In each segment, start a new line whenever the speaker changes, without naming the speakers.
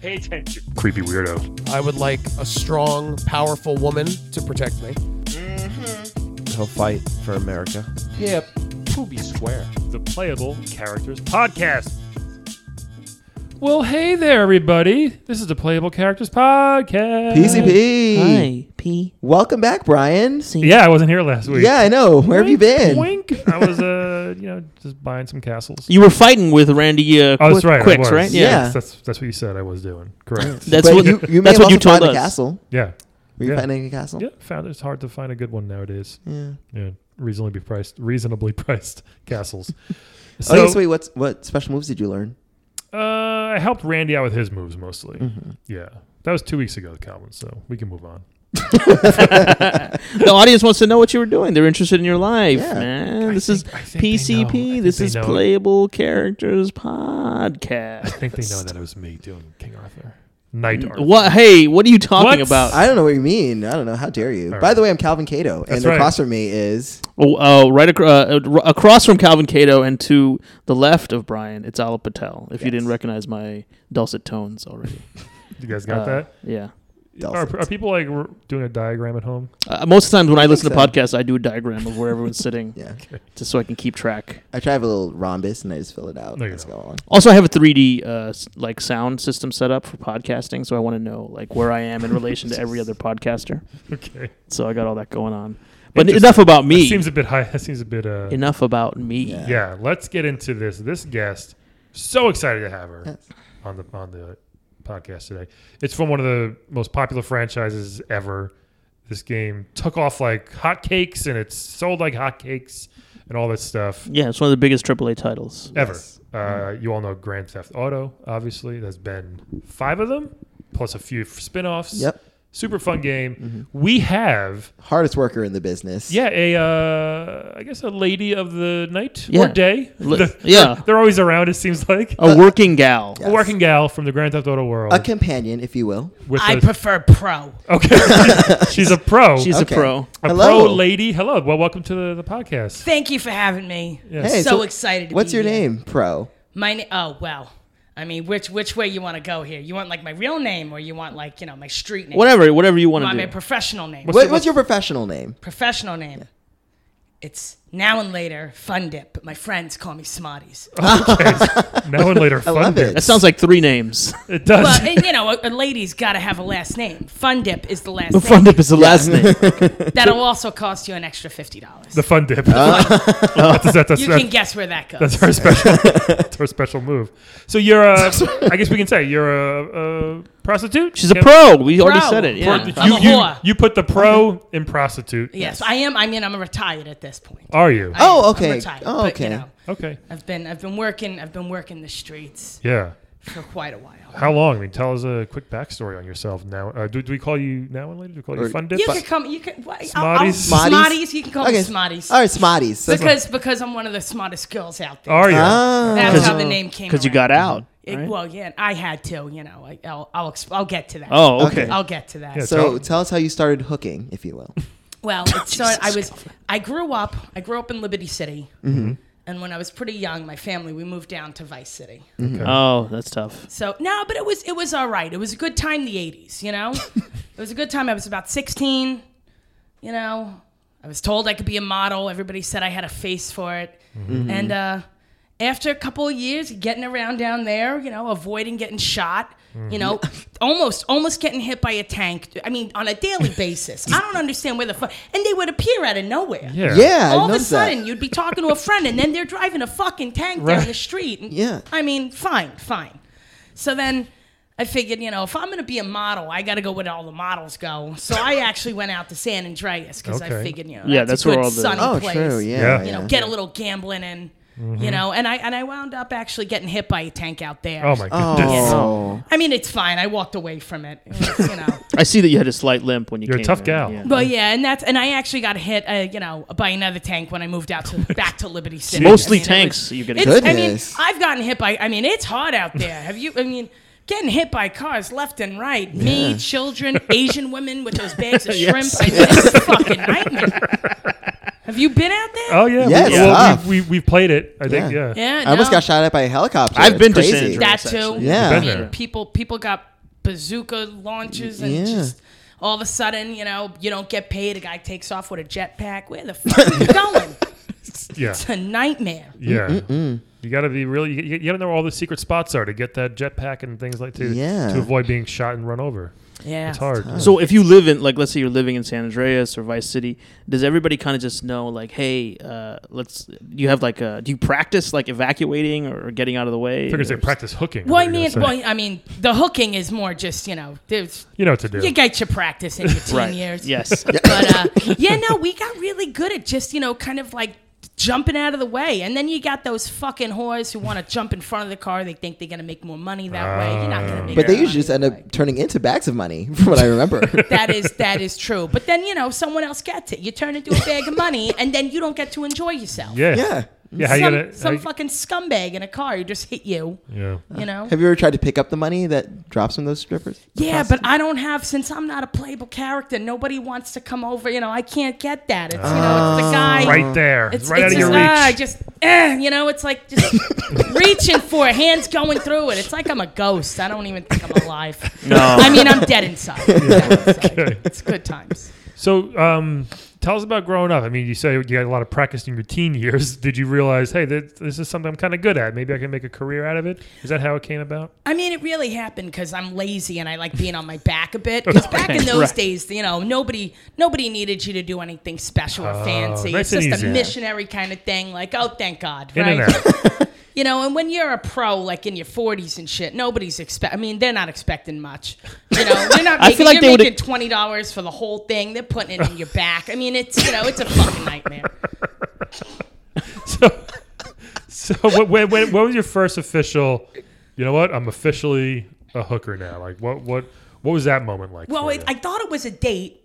Pay attention. Creepy weirdo.
I would like a strong, powerful woman to protect me.
He'll fight for America.
Yeah, be square.
The Playable Characters Podcast.
Well, hey there, everybody. This is the Playable Characters Podcast.
PCP.
Hi, P.
Welcome back, Brian.
C.
Yeah, I wasn't here last week.
Yeah, I know. Where have you been?
Wink. I was, uh, you know, just buying some castles.
You were fighting with Randy
Oh,
uh, Quick,
that's right. I
Quicks,
was.
right?
Yeah.
Yes, that's that's what you said I was doing. Correct.
That's
But
what
you, you may
that's
have
what you
also
told
found
us.
a castle.
yeah.
Were you
Yeah.
finding a castle?
Yeah. Found it's hard to find a good one nowadays.
Yeah.
Yeah. Reasonably priced, reasonably priced castles.
oh, yes, wait. What's what special moves did you learn?
Uh, I helped Randy out with his moves mostly.
Mm-hmm.
Yeah, that was two weeks ago, Calvin. So we can move on.
The audience wants to know what you were doing. They're interested in your life,
Yeah.
man.
I
this
think-
is
I think they know. I
PCP.
think
This
they
is
know.
Playable Characters
I
Podcast.
think they know that it was me doing King Arthur, Knight Arthur.
Mm, What? Hey, what are you
What?
talking about?
I don't know what you mean. I don't know. How dare you?
All
By
right.
the way, I'm Calvin Cato,
That's
and
right.
across from me is
Oh, oh, right acro- uh, uh, r- across from Calvin Cato and to the left of Brian, it's Ala Patel. If you didn't recognize my dulcet tones already,
You guys got
Uh,
that?
yeah.
Dulcet.
Are, are people like r- doing a diagram at home?
Uh, most of the times when I, listen to
so.
podcasts, I do a diagram of where everyone's sitting,
yeah.
just so I can keep track.
I try to have a little rhombus, and I just fill it out.
No, you
Let's go
don't.
on.
Also, I have a 3D uh, s- like sound system set up for podcasting, so I want to know like where I am in relation to every other podcaster.
Okay.
So I got all that going on. But
Interesting.
enough about
That
me.
seems a bit high. That seems a bit. Uh,
enough about me.
Yeah.
yeah. Let's get into this. This guest, so excited to have her
Yes.
on the on the podcast today. It's from one of the most popular franchises ever. This game took off like hotcakes, and it's sold like hotcakes, and all this stuff.
Yeah, it's one of the biggest AAA titles.
ever.
Yes.
Uh, you all know Grand Theft Auto, obviously. There's been five of them, plus a few spin offs.
Yep. Mm-hmm.
Super fun game. We have,
Hardest worker in the business.
yeah, a, uh, I guess a lady of the night or
Yeah.
day.
Li-
They're-
yeah.
They're, always around, it seems like.
Oh,
A working gal.
Yeah.
A working gal from the Grand Theft Auto world.
A companion, if you will.
with
I
a-
prefer pro.
okay. She's a pro.
She's
Okay.
a pro.
a
Hello.
pro lady. Hello. Well, welcome to the, the podcast.
Thank you for having me.
Yes.
Hey,
so,
so
excited. To
What's
be
your
here.
name, Pro?
My na- oh well. I mean, which which way you want to go here? You want like my real name, or you want like you know my street name?
Whatever, whatever you
You
want
want
to
my
do.
professional name?
What's
What,
the-
what's your professional name?
Professional name. It's now and later Fun Dip, but my friends call me Smarties.
now and later.
I
Fun
love
day.
it.
that sounds like three names.
It does.
well, and, you know, a, a lady's got to have a last name. Fun Dip is the last name.
Fun Dip is the last name.
That'll also cost you an extra fifty dollars.
the fun dip.
Uh,
that's, that's, that's,
You can guess where that goes.
That's her special. that's her special move. So you're a. I guess we can say you're a, a prostitute.
She's a
Yeah.
pro. We already
Pro.
said it.
Pro-
Yeah.
I'm
you,
a
you-
whore.
you put the pro in prostitute.
yes, I am. I mean, I'm retired at this point.
Are you?
I am.
Oh,
I'm
okay.
retired,
Oh,
but, you
okay.
know,
Okay.
I've been I've been working I've been working the streets
Yeah.
for quite a while.
How long? I mean, tell us a quick backstory on yourself. Now, uh, do, do we call you now and later? Do we call you
Or-
fun dip?
You can come. You can. What,
Smarties?
I'll, I'll, Smarties. You can call me
Okay.
Smarties.
All right, Smarties. So-
Because because I'm one of the smartest girls out there.
Are you?
Ah.
That's how the name came.
Because you
around.
got out.
It-
right?
Well, yeah, I had to. You know, I, I'll I'll, exp- I'll get to that.
Oh, okay.
Okay.
I'll get to that.
Yeah,
so tell us how you started hooking, if you will.
Well, it started, I was I grew up I grew up in Liberty City,
Mm-hmm.
and when I was pretty young, my family we moved down to Vice City.
Oh, that's tough.
So no, but it was it was all right. It was a good time, the '80s. You know, it was a good time. I was about 16. You know, I was told I could be a model. Everybody said I had a face for it. And uh, after a couple of years getting around down there, you know, avoiding getting shot. You know, almost almost getting hit by a tank. I mean, on a daily basis. I don't understand where the fuck. And they would appear out of nowhere.
Yeah.
Yeah, I
All of a
noticed
sudden,
that.
you'd be talking to a friend, and then they're driving a fucking tank
Right.
down the street. And,
Yeah.
I mean, fine, fine. So then I figured, you know, if I'm going to be a model, I got to go where all the models go. So I actually went out to San Andreas because
Okay.
I figured, you know,
Yeah, that's
that's, a good
where all the-
sunny
Oh,
place.
true.
Yeah.
Yeah.
You know,
yeah.
get a little gambling in.
Mm-hmm.
You know, and I and I wound up actually getting hit by a tank out there.
Oh my goodness.
Oh.
I mean, it's fine. I walked away from it. It was, you know.
I see that you had a slight limp when you
You're a
came
tough
in,
gal.
yeah.
Well, yeah, and that's and I actually got hit, uh, you know, by another tank when I moved out to back to Liberty City.
Mostly
I mean, it
tanks
was-
you get
it's-
Goodness.
I mean, I've gotten hit by. I mean, it's hard out there. Have you? I mean, getting hit by cars left and right. Me, children, Asian women with those bags of shrimp. I mean, it's a fucking nightmare. Have you been out there?
Oh yeah,
Yeah, it's
well,
tough.
we, we we played it. I think
Yeah.
yeah.
yeah,
I almost
no.
got shot at by a helicopter.
I've
It's
been to
crazy.
San Andreas.
That too.
actually.
Yeah.
Been
I mean,
there.
people people got bazooka launches and
Yeah.
just all of a sudden, you know, you don't get paid. A guy takes off with a jetpack. Where the fuck are you going?
Yeah,
It's a nightmare.
yeah. You got to be really. You, you got to know where all the secret spots are to get that jetpack and things like to
Yeah.
to avoid being shot and run over.
Yeah,
It's hard.
So if you live in, like, let's say you're living in San Andreas or Vice City, does everybody kind of just know, like, hey, uh, let's? You have like, a, do you practice like evacuating or getting out of the way?
I figured they
Or-
practice hooking.
Well, I
What are you
mean,
gonna say?
well, I mean, the hooking is more just you know, there's
you know what to do.
you get your practice in your teen
Right.
years.
Yes.
but uh, yeah, no, we got really good at just you know, kind of like jumping out of the way, and then you got those fucking whores who want to jump in front of the car. They think they're gonna make more money that way. You're not
Ah.
gonna make.
But they
more
usually just
money
end
that way.
up turning into bags of money, from what I remember.
That is that is true. But then you know, someone else gets it. You turn into a bag of money, and then you don't get to enjoy yourself.
yeah,
yeah.
yeah. How
some,
you gonna?
some
how,
fucking scumbag in a car who just hit you.
yeah.
You know.
Have you ever tried to pick up the money that drops from those strippers?
Yeah, but I don't have since I'm not a playable character. Nobody wants to come over. You know, I can't get that. It's you know, it's the guy.
Ah. Right there,
It's,
right
it's
out of your
just,
reach.
ah, I just, eh, you know, it's like just reaching for it, hands going through it. It's like I'm a ghost. I don't even think I'm alive.
No.
I mean, I'm dead inside. I'm dead inside. It's good times.
So, um, tell us about growing up. I mean, you say you got a lot of practice in your teen years. Did you realize, hey, this, this is something I'm kind of good at? Maybe I can make a career out of it. Is that how it came about?
I mean, it really happened because I'm lazy and I like being on my back a bit. Because back in those
Right.
days, you know, nobody nobody needed you to do anything special or fancy.
Oh, nice
it's
and
just a
easy.
missionary kind of thing. Like, oh, thank God,
In and
right?
out.
You know, and when you're a pro, like in your 40s and shit, nobody's expect. I mean, they're not expecting much. You know, they're not. Making,
I feel like
you're
they would've-
making twenty dollars for the whole thing. They're putting it in your back. I mean, it's you know, it's a fucking nightmare.
so, so what, when, when, what was your first official? You know what? I'm officially a hooker now. Like, what, what, what was that moment like?
Well,
for
it,
you?
I thought it was a date,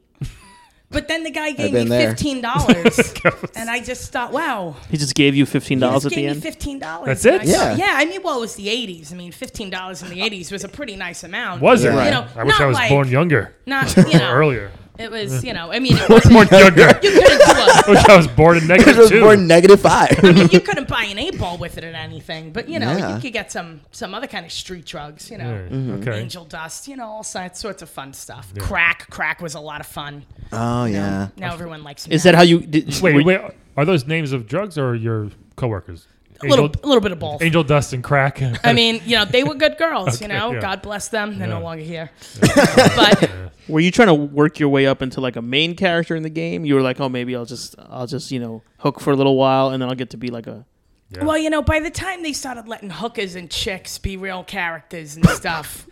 but then the guy gave me
been there.
fifteen dollars, and I just thought, wow,
He just gave you fifteen
he
dollars
just
at
gave
the
me
end.
fifteen dollars.
That's it?
yeah,
Yeah.
yeah. I mean, well, it was the '80s. I mean, fifteen dollars in the '80s was a pretty nice amount.
was it?
Yeah.
You know,
I wish
not
I was
like-
born younger,
Not you know,
earlier.
It was you know, I mean, it wasn't.
Born younger.
You couldn't do a
I wish I was born in
Because it
negative
was
two.
born negative five.
mean, you couldn't buy an eight ball with it or anything, but you know,
Yeah. Mm-hmm.
you could get some some other kind of street drugs, Mm-hmm. you know,
Yeah, Okay.
angel dust, you know, all si- sorts of fun stuff. Crack, crack was a lot of fun.
Oh yeah.
Now everyone likes.
Is that how you? Did, were
Wait,
you-
wait. Are those names of drugs or your coworkers?
a little
Angel-
a little bit of both?
Angel dust and crack.
I mean, you know, they were good girls. you
Okay,
know,
yeah.
God bless them. They're
Yeah.
no longer here. but
Were you trying to work your way up into like a main character in the game? You were like, oh, maybe I'll just, I'll just, you know, hook for a little while, and then I'll get to be like a.
well, you know, by the time they started letting hookers and chicks be real characters and stuff.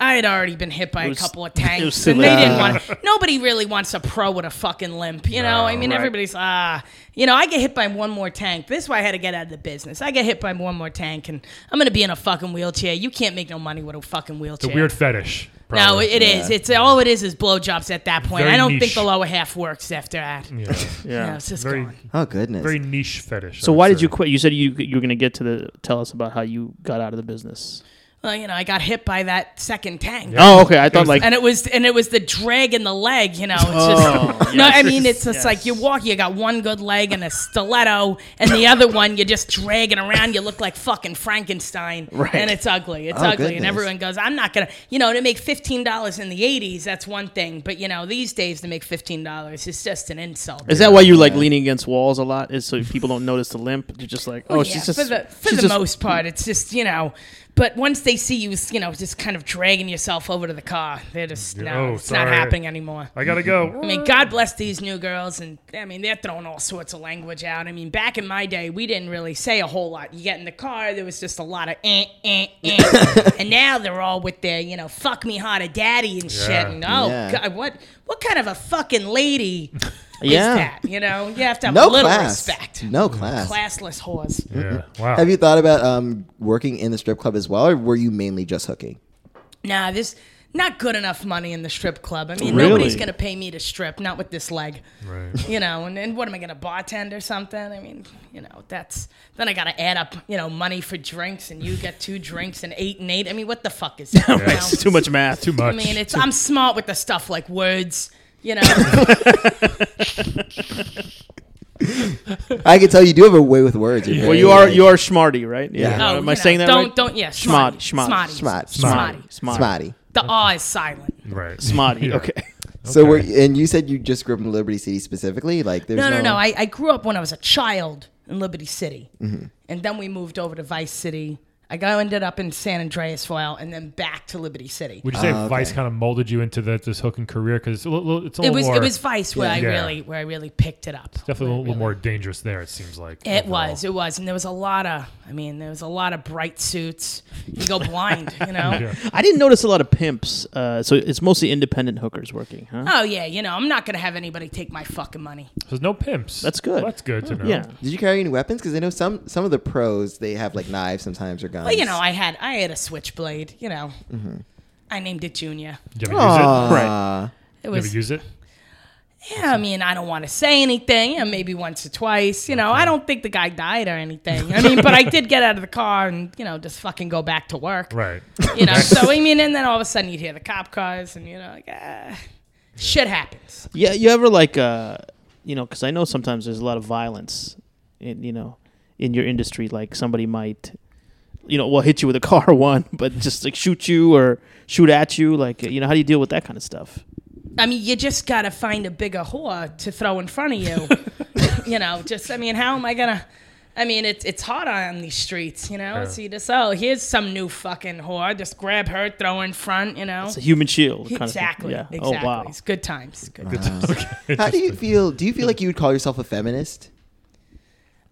I had already been hit by
was-
a couple of
it was
tanks,
too
and they
late.
didn't want. Nobody really wants a pro with a fucking limp, you know. I mean, everybody's ah, you know. I get hit by one more tank. This is why I had to get out of the business. I get hit by one more tank, and I'm gonna be in a fucking wheelchair. You can't make no money with a fucking wheelchair.
It's a weird fetish.
no,
probably.
it is. It's all it is is blowjobs at that point.
Very
I don't
niche.
think the lower half works after that.
Yeah.
No, it's just
Very,
gone.
Oh goodness.
very niche fetish.
So
I would
why did
say.
you quit? You said you you were going to get to the. Tell us about how you got out of the business.
Well, you know, I got hit by that second tank.
Oh, okay. I thought
was-
like
and it was and it was the drag in the leg you know it's
Oh,
just no i mean it's just like you walk you got one good leg and a stiletto and the other one you're just dragging around you look like fucking frankenstein
Right.
and it's ugly it's
Oh,
ugly and
goodness.
everyone goes i'm not gonna you know to make $15 in the 80s that's one thing but you know these days to make $15 is just an insult
Is that why you're like leaning against walls a lot? Is so people don't notice the limp? You're just like, oh,
Yeah,
she's just
for the for
she's
the
just-
most part, it's just you know. But once they see you, you know, just kind of dragging yourself over to the car, they're just no,
Oh,
it's not
sorry.
happening anymore.
I gotta go.
I mean, God bless these new girls, and I mean, they're throwing all sorts of language out. I mean, back in my day, we didn't really say a whole lot. You get in the car, there was just a lot of eh, eh, eh. and now they're all with their, you know, fuck me harder, daddy, and shit.
Yeah.
And oh,
Yeah.
God, what what kind of a fucking lady
yeah.
is that? You know, you have to have
no
a little
class.
respect.
No class.
Classless whores.
Yeah. Wow.
Have you thought about um, working in the strip club as well, or were you mainly just hooking?
Nah, this not good enough money in the strip club. I mean,
Really?
nobody's gonna pay me to strip, not with this leg.
Right.
You know, and, and what am I gonna bartend or something? I mean, you know, that's then I gotta add up, you know, money for drinks, and you get two drinks and eight and eight. I mean, what the fuck is that? you know?
It's too much math.
Too much.
I mean, it's I'm smart with the stuff like words. You know,
I can tell you do have a way with words. You're
Well,
very,
you are
like,
you are schmarty, right? Yeah.
Yeah.
Oh,
Am
you
I saying
know,
that
don't,
right?
Don't, yeah.
Schmotty,
Schmotty.
schmott,
Smarty.
Schmotty.
Smarty.
smarty.
The ah is silent.
Right.
Smarty.
Yeah.
Okay.
So
Okay.
we're and you said you just grew up in Liberty City specifically. Like there's
No, no, no. I, I grew up when I was a child in Liberty City.
Mm-hmm.
And then we moved over to Vice City. I got, ended up in San Andreas for a while and then back to Liberty City.
Would you say
Ah,
Vice kind of molded you into the, this hooking career? Because it's a little, it's a
It
little
was
more,
it was Vice where I
Yeah.
really where I really picked it up.
definitely a
Where I
little
really-
more dangerous there. It seems like
It
overall.
was, it was, and there was a lot of. I mean, there was a lot of bright suits. You go blind, you know.
I didn't notice a lot of pimps. Uh, so it's mostly independent hookers working, huh?
Oh yeah, you know, I'm not gonna have anybody take my fucking money.
So there's no pimps.
That's good.
Well, that's good to know.
Oh, yeah.
Did you carry any weapons? Because I know some some of the pros they have like knives sometimes or guns.
But you know, I had I had a switchblade. You know,
Mm-hmm.
I named it Junior.
Did you ever use it?
Right.
It
Did you ever
was.
use it?
Yeah, I mean, I don't want to say anything. Yeah, maybe once or twice. You know, I don't think the guy died or anything. I mean, but I did get out of the car and you know just fucking go back to work.
Right.
You know, so I mean, and then all of a sudden you'd hear the cop cars and you know like ah, shit happens.
Yeah. You ever like, uh, you know, because I know sometimes there's a lot of violence, in, you know, in your industry. Like somebody might, you know, well hit you with a car one, but just like shoot you or shoot at you. Like, you know, how do you deal with that kind of stuff?
I mean, you just gotta find a bigger whore to throw in front of you. you know, just I mean, how am I gonna? I mean, it's it's hard on these streets, you know. So you just oh, here's some new fucking whore. Just grab her, throw her in front, you know.
It's a human shield. Kind
Exactly.
Of thing. Yeah.
Exactly.
Oh wow.
It's good times. Good times.
How do you feel? Do you feel like you would call yourself a feminist?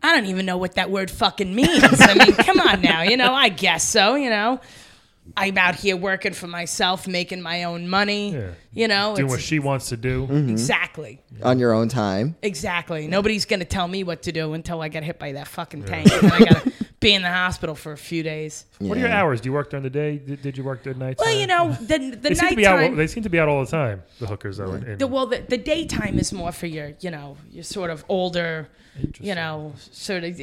I don't even know what that word fucking means. I mean, come on now, you know. I guess so, you know. I'm out here working for myself, making my own money.
Yeah.
You know,
Doing what
it's,
she wants to do.
Mm-hmm.
exactly.
On your own time.
Exactly. Nobody's gonna tell me what to do until I get hit by that fucking tank and I gotta be in the hospital for a few days.
What are your
Yeah.
hours? Do you work during the day? Did, did you work during night?
Well, you know, the the
they seem to be out.
nighttime.
They seem to be out all the time. The hookers though. in- in-
The, well, the, the daytime is more for your, you know, your sort of older, you know, sort of,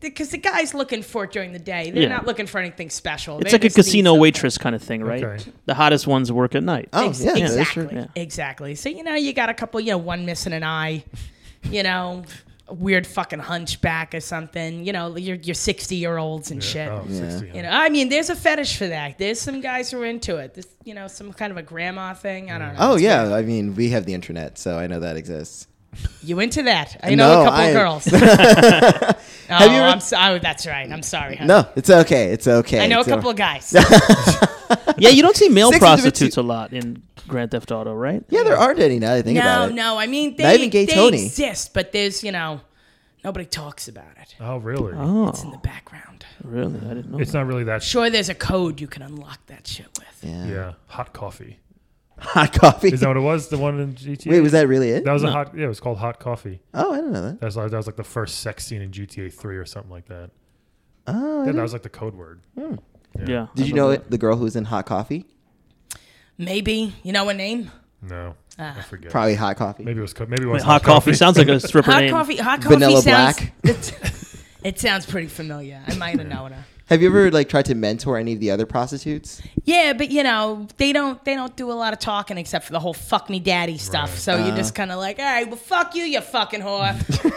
because the guy's looking for it during the day. They're
Yeah.
not looking for anything special.
It's
They
like a
just need
casino
something.
waitress kind of thing, right?
Okay.
The hottest ones work at night.
Oh
Ex-
yeah, that's
exactly,
true.
Yeah.
exactly. So you know, you got a couple, you know, one missing an eye, you know, a weird fucking hunchback or something. You know, your your sixty year olds and shit.
Oh, 60,
You know, I mean, there's a fetish for that. There's some guys who are into it. This, you know, some kind of a grandma thing. I don't know.
Oh yeah, I mean we have the internet, so I know that exists.
You into that? I know
No,
a couple
I-
of girls. oh,
you ever-
I'm so, oh, that's right. I'm sorry. Huh?
No, it's okay. It's okay.
I know a
It's
couple
all-
of guys.
Yeah, you don't see male
Six
prostitutes a lot in Grand Theft Auto, right?
yeah, there aren't any now. That I think
no,
about it.
no. I mean, they,
Not even gay
they
Tony.
exist, but there's, you know, nobody talks about it.
Oh, really?
It's in the background.
Really? I didn't know.
It's not really that. Sh-
Sure, there's a code you can unlock that shit with.
Yeah.
yeah. Hot coffee.
Hot coffee.
Is that what it was? The one in GTA.
Wait, was that really it?
That was a hot. Yeah, it was called Hot Coffee.
Oh, I don't know that.
That was, like- that was like the first sex scene in GTA 3 or something like that.
Oh, I
Yeah,
didn't-
that was like the code word.
Yeah.
did you know it? The girl who was in Hot Coffee,
Maybe you know a name.
No,
Ah.
I forget.
probably Hot Coffee.
Maybe it was. Co- maybe it was
hot coffee sounds like a stripper
Hot
name.
coffee. Hot coffee.
Vanilla
sounds,
Black.
It, it sounds pretty familiar. I might have known her.
Have you ever like tried to mentor any of the other prostitutes?
Yeah, but you know they don't they don't do a lot of talking except for the whole fuck me daddy stuff. So you're just kind of like, all right, well fuck you, you fucking whore,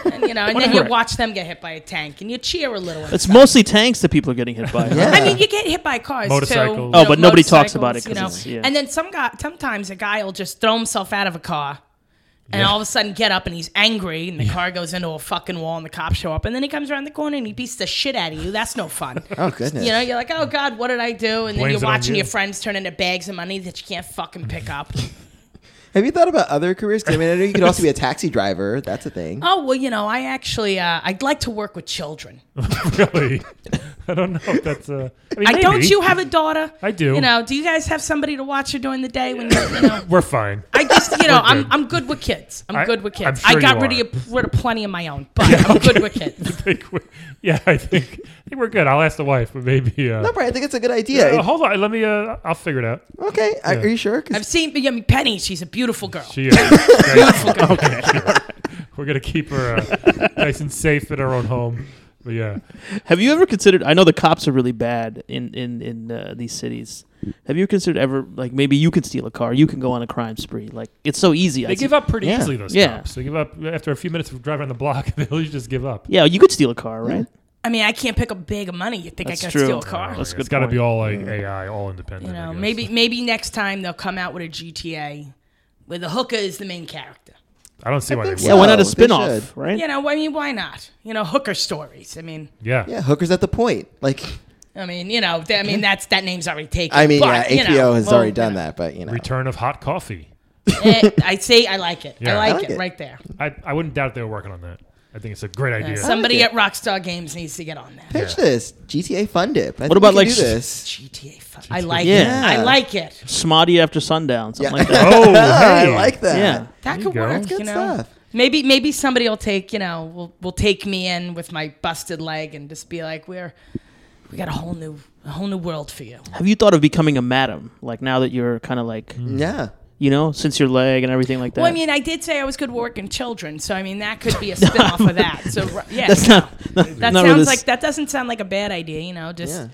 and you know, and then you
Right.
watch them get hit by a tank and you cheer a little. and
It's
stuff.
mostly tanks that people are getting hit by.
Yeah.
I mean, you get hit by cars
Motorcycles.
too.
Oh,
you know,
but nobody talks
motorcycles,
about it 'cause
You know,
it's- yeah.
and then some guy sometimes a guy will just throw himself out of a car. And all of a sudden, get up and he's angry, and the car goes into a fucking wall, and the cops show up, and then he comes around the corner and he beats the shit out of you. That's no fun.
Oh goodness.
You know, you're like, oh God, what did I do? And then
Blames it
you're
on
watching
you.
your friends turn into bags of money that you can't fucking pick up.
Have you thought about other careers? 'Cause, I mean, I know you could also be a taxi driver. That's a thing.
oh well, you know, I actually uh, I'd like to work with children.
really. I don't know if that's. Uh, I, mean,
I don't.
maybe.
You have a daughter.
I do.
You know, do you guys have somebody to watch her during the day when you're, you know?
We're fine.
I just, you know, I'm,
good.
I'm good with kids. I'm
I-
good with
I'm
kids.
sure
I got
you
rid
are.
of, rid of plenty of my own, but I'm good with kids.
think we're- yeah, I think, I think we're good. I'll ask the wife, but maybe. Uh,
No, Brian, I think it's a good idea.
uh, hold on. Let me. Uh, I'll figure it out.
okay, I- are you sure? 'Cause
I've seen, I mean, Penny, she's a beautiful girl.
She is. uh, okay. We're gonna keep her uh, nice and safe in her own home. But yeah,
Have you ever considered? I know the cops are really bad in in in uh, these cities. Have you considered ever like maybe you can steal a car, you can go on a crime spree? Like it's so easy.
they give up pretty
Yeah.
easily. Those
Yeah.
cops. They give up after a few minutes of driving on the block. They usually just give up.
Yeah, you could steal a car, right?
I mean, I can't pick up big of money. You think
That's
I can
true.
steal a car?
That's a good
it's got to
point.
be all like AI, all independent.
You
I
know,
guess.
maybe maybe next time they'll come out with a GTA where the hooker is the main character.
I don't see why they.
think
would.
Yeah, why not
No, they
a spin-off,
should.
right?
You know, I mean, why not? You know, hooker stories. I mean,
Yeah.
Yeah, hookers at the point. Like,
I mean, you know, th- I mean that's that name's already taken.
I mean,
but,
yeah,
you
HBO
know,
has
well,
already
you
done
know,
that, but you know,
Return of hot coffee.
eh, I say I like it.
Yeah.
I, like
I like
it,
it.
right there.
I, I wouldn't doubt they were working on that. I think it's a great idea.
Somebody
it.
at Rockstar Games needs to get on that.
pitch this GTA Fund Dip. I think
about,
we can
like,
do
s-
this?
GTA. Fun. I like
Yeah.
it. I like it.
Smoddy after sundown, something
Yeah.
like that.
oh,
I
hey.
like that.
yeah.
That
you
could
go.
work.
That's
good
you know,
stuff.
maybe maybe somebody will take you know will will take me in with my busted leg and just be like, we're we got a whole new a whole new world for you.
Have you thought of becoming a madam? Like now that you're kind of like
Mm.
Yeah.
you know, since your leg and everything like that.
Well, I mean, I did say I was good working children, so I mean that could be a spin-off of that. So r- yeah,
that's not. not
that
none of
sounds
this-
like that doesn't sound like a bad idea, you know. Just
Yeah.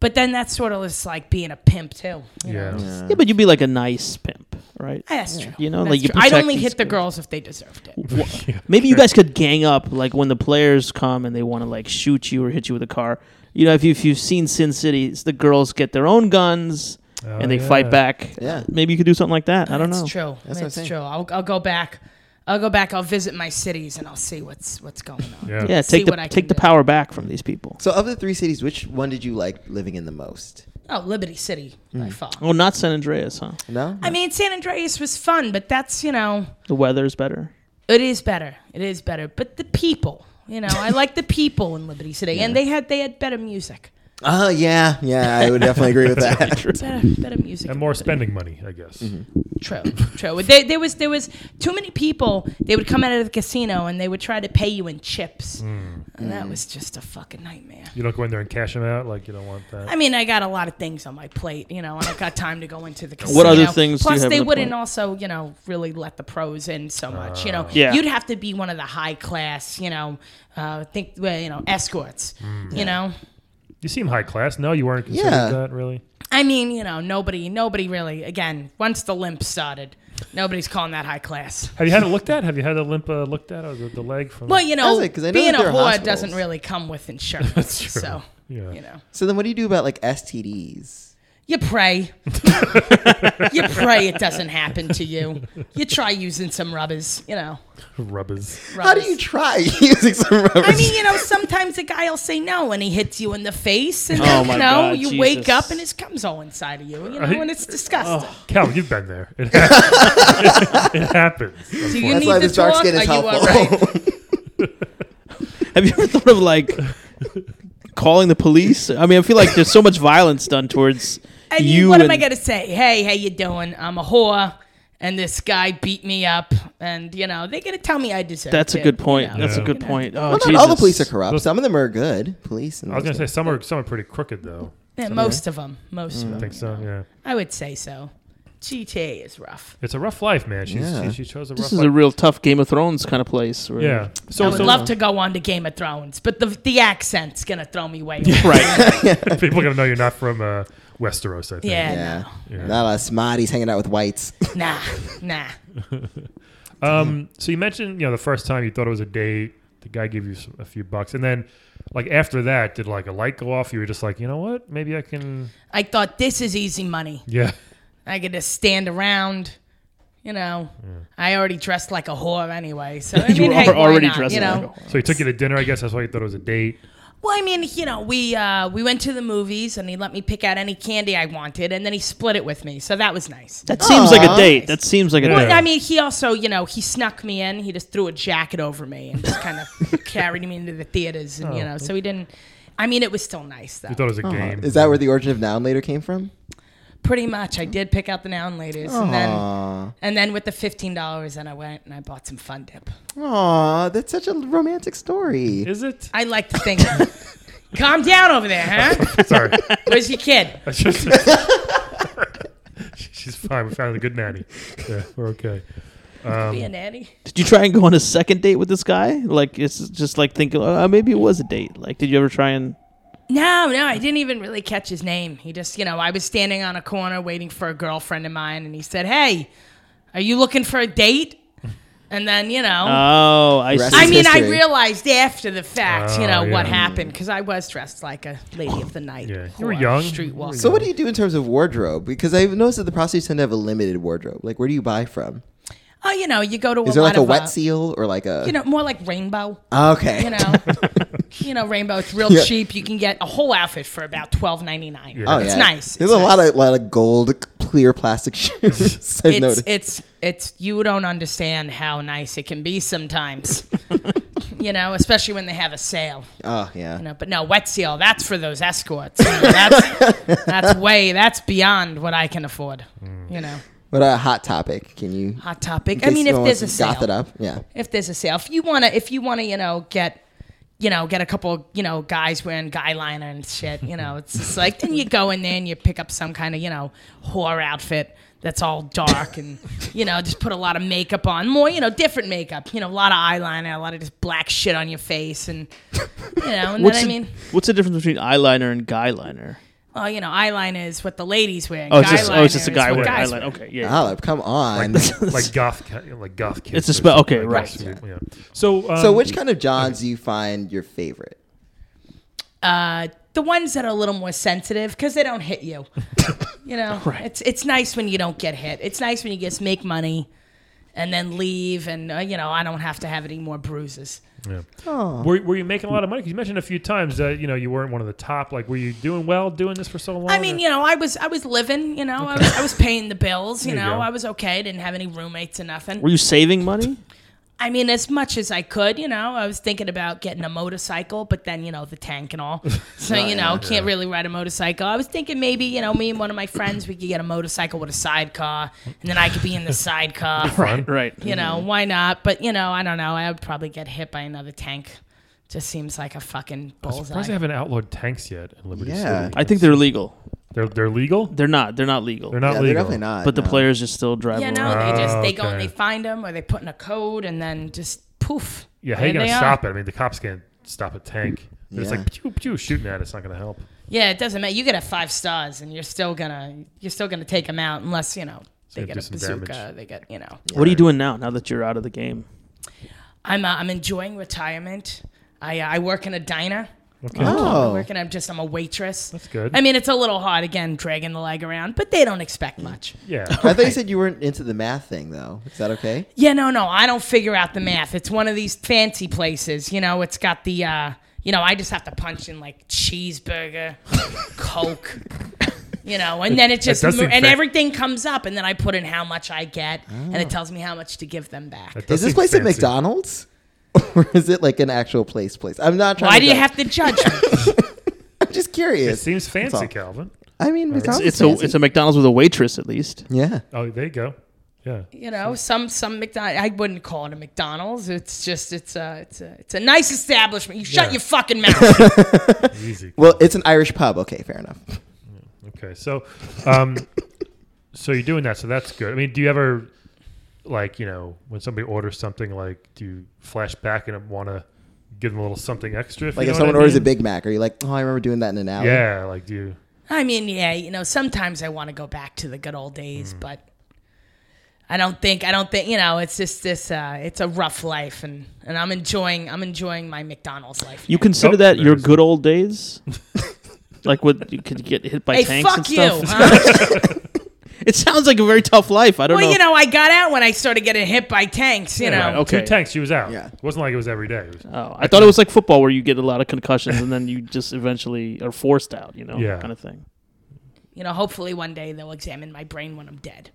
but then that's sort of just like being a pimp too. you know?
Yeah.
Yeah, but you'd be like a nice pimp, right?
Ah, that's true.
You know,
That's
like you
true. I'd
protect
only
these
hit the
kids.
girls if they deserved it.
Maybe you guys could gang up, like when the players come and they want to like shoot you or hit you with a car. You know, if, you, if you've seen Sin City, it's the girls get their own guns
Oh,
and they
yeah.
fight back.
Yeah.
maybe you could do something like that. I don't
That's
know.
true.
That's what I'm
That's,
saying.
true. I'll, I'll go back. I'll go back. I'll visit my cities and I'll see what's what's going on.
Yeah.
Yeah,
See
take the
what I can
take the
do.
power back from these people.
So, of the three cities, which one did you like living in the most?
Oh, Liberty City
Mm.
by far.
Oh, not San Andreas, huh?
No.
I mean, San Andreas was fun, but that's you know,
The weather's better.
it is better. It is better. But the people, you know, I like the people in Liberty City, and they had they had better music.
Oh yeah, yeah. I would definitely agree with that.
Better, better music.
And more spending money, I guess.
Mm-hmm.
True, true. There, there was there was too many people. They would come out of the casino and they would try to pay you in chips,
Hmm.
and that was just a fucking nightmare.
You don't go in there and cash them out like you don't want that.
I mean, I got a lot of things on my plate, you know. I don't got time to go into the casino.
other things do you
Plus,
have
they
on the
wouldn't
plate?
also, you know, really let the pros in so much. you know,
Uh, Yeah.
you'd have to be one of the high class, you know, uh, think well, you know escorts.
Hmm.
You know,
you seem high class. No, you weren't considered
Yeah.
that really.
I mean, you know, nobody, nobody really. Again, once the limp started, nobody's calling that high class.
Have you had it looked at? Have you had the limp uh, looked at or the, the leg from?
Well, you know,
That's it, 'cause I know
being a
that there are
whore
hospitals.
doesn't really come with insurance.
true.
So,
yeah.
you know,
So then, what do you do about like STDs?
you pray. you pray it doesn't happen to you. You try using some rubbers, you know.
rubbers.
How do
rubbers.
you try using some rubber?
I mean, you know, sometimes a guy will say no and he hits you in the face, and
Oh
then,
my
you know,
God,
you
Jesus.
wake up and his cum's all inside of you, you know,
Right.
and it's
Oh.
disgusting.
Cal, you've been there. It happens. it happens.
Do you
That's
need
why
to
this dark
talk?
skin is
Are you all
helpful.
right?
Have you ever thought of like calling the police? I mean, I feel like there's so much violence done towards
I mean,
you.
what am
and-
I gonna say? Hey, how you doing? I'm a whore, and this guy beat me up, and you know they're gonna tell me I deserve.
That's a
it,
good
you
point.
know?
That's a good point. Oh,
well, not all the
Jesus.
police are corrupt.
Those-
Some of them are good police. And
I was
those
gonna say some are some are pretty crooked though.
Yeah, Eh, most of them.
Mm.
Most of
I
them.
think so. Yeah.
I would say so. GTA is rough.
It's a rough life, man. She's,
Yeah.
she, she chose a rough
This is
life.
a real tough Game of Thrones kind of place. where-
yeah. So
I would
so
love to go on to Game of Thrones, but the the accent's gonna throw me way. off.
Right.
people are gonna know you're not from uh, Westeros. I think.
Yeah,
Yeah.
Yeah.
Not a lot of smarties hanging out with whites.
nah, nah.
Um, so you mentioned, you know, the first time you thought it was a date, the guy gave you some, a few bucks, and then, like after that, did like a light go off? You were just like, you know what? Maybe I can.
I thought this is easy money.
Yeah.
I could just stand around. You know, I already dressed like a whore anyway. So I
You
mean,
were
hey,
al-
why
already
not,
dressed
you
like a
know?
So he took you to dinner. I guess that's why you thought it was a date.
Well, I mean, you know, we uh, we went to the movies and he let me pick out any candy I wanted, and then he split it with me. So that was nice.
That seems like a date. That seems like a
Yeah.
date.
But, I mean, he also, you know, he snuck me in. He just threw a jacket over me and just kind of carried me into the theaters, and you know, so he didn't. I mean, it was still nice though.
Oh. You thought it was a game.
Oh, Is that where the origin of noun later came from?
Pretty much, I did pick out the noun ladies, and
Aw.
then and then with the fifteen dollars, then I went and I bought some fun dip.
Aw, that's such a romantic story.
Is it?
I like to think. Calm down over there, huh?
Sorry.
Where's your kid?
That's just. She's fine. We found a good nanny. Yeah, we're okay.
be a natty.
Did you try and go on a second date with this guy? Like it's just like thinking, oh, maybe it was a date. Like, did you ever try and?
No, no, I didn't even really catch his name. He just, you know, I was standing on a corner waiting for a girlfriend of mine, and he said, "Hey, are you looking for a date?" And then, you know,
Oh, I
Rest
see.
in
I mean, I
history.
realized after the fact, you know,
Oh,
what
yeah.
happened because I was dressed like a lady of the night.
Yeah. You were
whore,
young.
streetwalker.
So what do you do in terms of wardrobe? Because I've noticed that the prostitutes tend to have a limited wardrobe. Like, where do you buy from?
oh, you know, you go to a
Is there
lot
like a
of,
wet
uh,
seal or like a?
You know, more like rainbow.
okay.
You know, you know, rainbow. It's real
Yeah.
cheap. You can get a whole outfit for about twelve ninety nine.
Yeah.
Oh,
It's
yeah.
nice.
There's
It's
a lot
nice.
of lot of gold clear plastic shoes. I've
It's
noticed.
it's it's you don't understand how nice it can be sometimes. you know, especially when they have a sale.
oh yeah.
You know, but no, wet seal. That's for those escorts. You know, that's that's way that's beyond what I can afford. You know,
What a uh, hot topic. Can you?
hot topic.
in
I
case
mean, if
someone
there's a
wants to goth it
sale,
up. Yeah.
if there's a sale, if you wanna, if you wanna, you know, get. You know, get a couple, you know, guys wearing guy liner and shit. You know, it's just like, then you go in there and you pick up some kind of, you know, whore outfit that's all dark and, you know, just put a lot of makeup on. More, you know, different makeup. You know, a lot of eyeliner, a lot of just black shit on your face. And, you know, and then
What's
I
the-
mean.
what's the difference between eyeliner and guy liner?
Oh, you know, eyeliner is what the ladies wear. and
Oh, it's just
guy
oh, it's just a
liner
guy
is what
wearing Ah. eyeliner.
guys
Okay, yeah.
Oh, come on.
like goth, ki- like goth kids.
It's a
or
spell-
something,
okay,
like goth
right.
street- Yeah. So, um,
so, which kind of Johns do you find your favorite?
Uh, the ones that are a little more sensitive because they don't hit you. you know, it's it's nice when you don't get hit. It's nice when you just make money and then leave, and uh, you know, I don't have to have any more bruises.
Yeah. Were, were you making a lot of money? 'Cause you mentioned a few times that you know you weren't one of the top. Like, were you doing well doing this for so long?
I mean, you know, I was I was living. You know, I, was, I was paying the bills. You
There you
know,
go.
I was okay. Didn't have any roommates or nothing.
Were you saving money?
I mean, as much as I could, you know, I was thinking about getting a motorcycle, but then, you know, the tank and all. So, you know, can't
uh.
really ride a motorcycle. I was thinking maybe, you know, me and one of my friends, we could get a motorcycle with a sidecar, and then I could be in the sidecar.
Fun.
Right.
You know, why not? But, you know, I don't know. I would probably get hit by another tank. Just seems like a fucking
I'm surprised they
bullseye.
haven't outlowed tanks yet in Liberty
Yeah.
City.
I think they're legal.
they're they're legal.
They're not. They're not legal.
They're not
yeah,
legal.
they're definitely not.
But the
no.
players just still drive
You
around.
know, they just, they go
okay.
and they find them, or they put in a code, and then just poof.
Yeah, how you
there
gonna
they are.
stop it? I mean, the cops can't stop a tank. They're just
Yeah.
like pew, pew, shooting at it. It's not gonna help.
Yeah, it doesn't matter. You get a five stars, and you're still gonna you're still gonna take them out unless you know they
gonna
get
do
a
some
bazooka.
damage.
They get you know.
What are you doing now? Now that you're out of the game,
I'm uh, I'm enjoying retirement. I uh, I work in a diner.
Okay.
I
Oh,
work and I'm just I'm a waitress. That's
good.
I mean, it's a little hard again dragging the leg around, but they don't expect much.
Yeah.
I thought you said you weren't into the math thing though. Is that okay?
Yeah, no, no, I don't figure out the math. It's one of these fancy places, you know. It's got the uh, you know, I just have to punch in like cheeseburger, coke. You know, and then it just
does
mo-
seem
and
fair.
everything comes up, and then I put in how much I get, and
Oh.
it tells me how much to give them back.
That does
Is this
seem
place at
fancy.
McDonald's? Or is it like an actual place? Place. I'm not trying.
Why
to
do you
judge.
have to judge me?
I'm just curious.
It seems
That's
fancy,
all.
Calvin.
I mean, McDonald's.
it's
It's,
a it's a McDonald's with a waitress at least.
yeah.
Oh, there you go. Yeah.
you know, some some McDonald. I wouldn't call it a McDonald's. It's just it's a it's a it's a nice establishment. You shut
Yeah.
your fucking mouth.
Easy.
Well, it's an Irish pub. Okay, fair enough.
Okay, so, um, so you're doing that, so that's good. I mean, do you ever, like, you know, when somebody orders something, like, do you flash back and want to give them a little something extra?
Like
you
if
know what
someone
I
orders a
mean?
Big Mac, are you like, oh, I remember doing that in an alley?
yeah, like, do you?
I mean, yeah, you know, sometimes I want to go back to the good old days,
Mm.
but I don't think I don't think you know. It's just this. Uh, it's a rough life, and and I'm enjoying I'm enjoying my McDonald's life.
You consider
Oh,
that your
there's-
good old days? like what you could get hit by
hey,
tanks
fuck
and
you.
stuff.
huh?
It sounds like a very tough life. I don't
well,
know.
you know, I got out when I started getting hit by tanks. You know,
right, okay.
Two tanks, she was out.
Yeah.
It wasn't like it was every day. It was-
Uh,
Oh, I thought it was like football where you get a lot of concussions and then you just eventually are forced out. You know,
Yeah.
kind of thing.
you know. Hopefully, one day they'll examine my brain when I'm dead,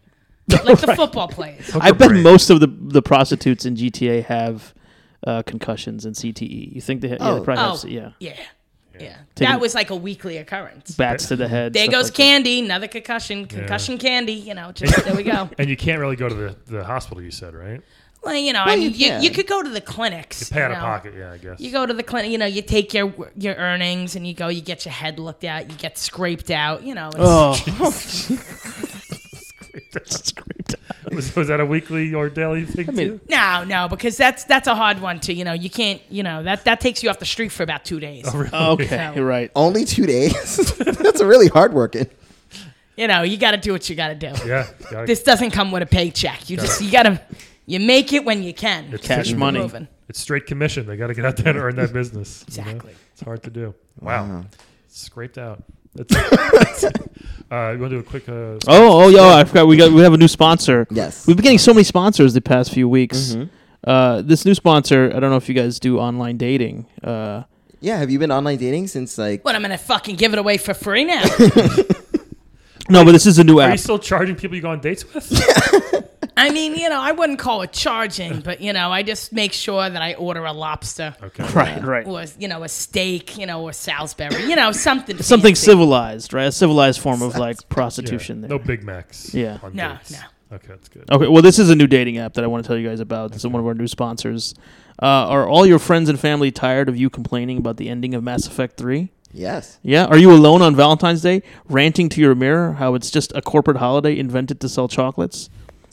like the football players.
Hook
I
up
bet
rate.
most of the the prostitutes in GTA have uh, concussions and CTE. You think they? Ha- yeah, they
Oh.
probably
Oh,
have. C- Yeah,
Yeah. Yeah.
Take
That
him-
was like a weekly occurrence.
bats to the head.
There
stuff
goes
like that.
candy, another concussion, concussion candy, you know, just there we go.
And you can't really go to the, the hospital, you said, right?
Well, you know, I mean,
you
you, you
can.
could go to the clinics.
Pay out
you
of
know.
pocket, yeah, I guess.
You go to the clinic, you know, you take your your earnings and you go, you get your head looked at, you get scraped out, you know. It's,
Oh, scraped out.
was, was that a weekly or daily thing too?
No, no, because that's that's a hard one to you know. You can't you know that that takes you off the street for about two days.
Oh,
Oh, Okay, right.
Only two days. That's really hard working.
You know, you got to do what you got to do.
Yeah, gotta-
This doesn't come with a paycheck. You just you got to you make it when you can.
It's-
Cash
it's-
money.
Moving.
It's straight commission. They got to get out there and earn that business. you know?
Exactly.
It's hard to do. Wow. Scraped out. That's, uh, you want to do a quick? Uh,
Oh, oh, yeah! I forgot we got we have a new sponsor.
Yes.
we've been getting so many sponsors the past few weeks. Uh, this new sponsor, I don't know if you guys do online dating. Uh,
Yeah. Have you been online dating since like?
What I'm gonna fucking give it away for free now?
no, but this is a new
are you
app.
still charging people you go on dates with?
I mean, you know, I wouldn't call it charging, but you know, I just make sure that I order a lobster
Okay.
Right, right.
or you know a steak, you know, or Salisbury, you know, something
Something
fancy.
civilized, right? A civilized form of like
Yeah.
prostitution. There.
No Big Macs.
Yeah. Oh,
on
No,
dates.
no.
Okay, that's good.
Okay, well, this is a new dating app that I want to tell you guys about. This is one of our new sponsors. Uh, are all your friends and family tired of you complaining about the ending of Mass Effect 3?
Yes.
Yeah? Are you alone on Valentine's Day, ranting to your mirror how it's just a corporate holiday invented to sell chocolates?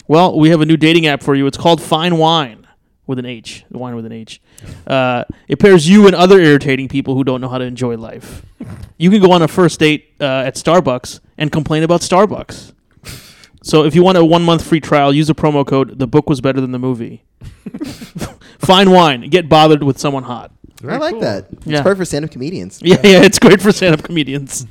Well, we have a new dating app for you. It's called Fine Wine with an H. Wine with an H. Uh, it pairs you and other irritating people who don't know how to enjoy life. You can go on a first date uh, at Starbucks and complain about Starbucks. So if you want a one month free trial, use a promo code. The book was better than the movie. Fine wine. Get bothered with someone hot.
Very
I like
cool.
that.
Yeah.
It's perfect for stand-up comedians.
Yeah, yeah, it's great for stand up comedians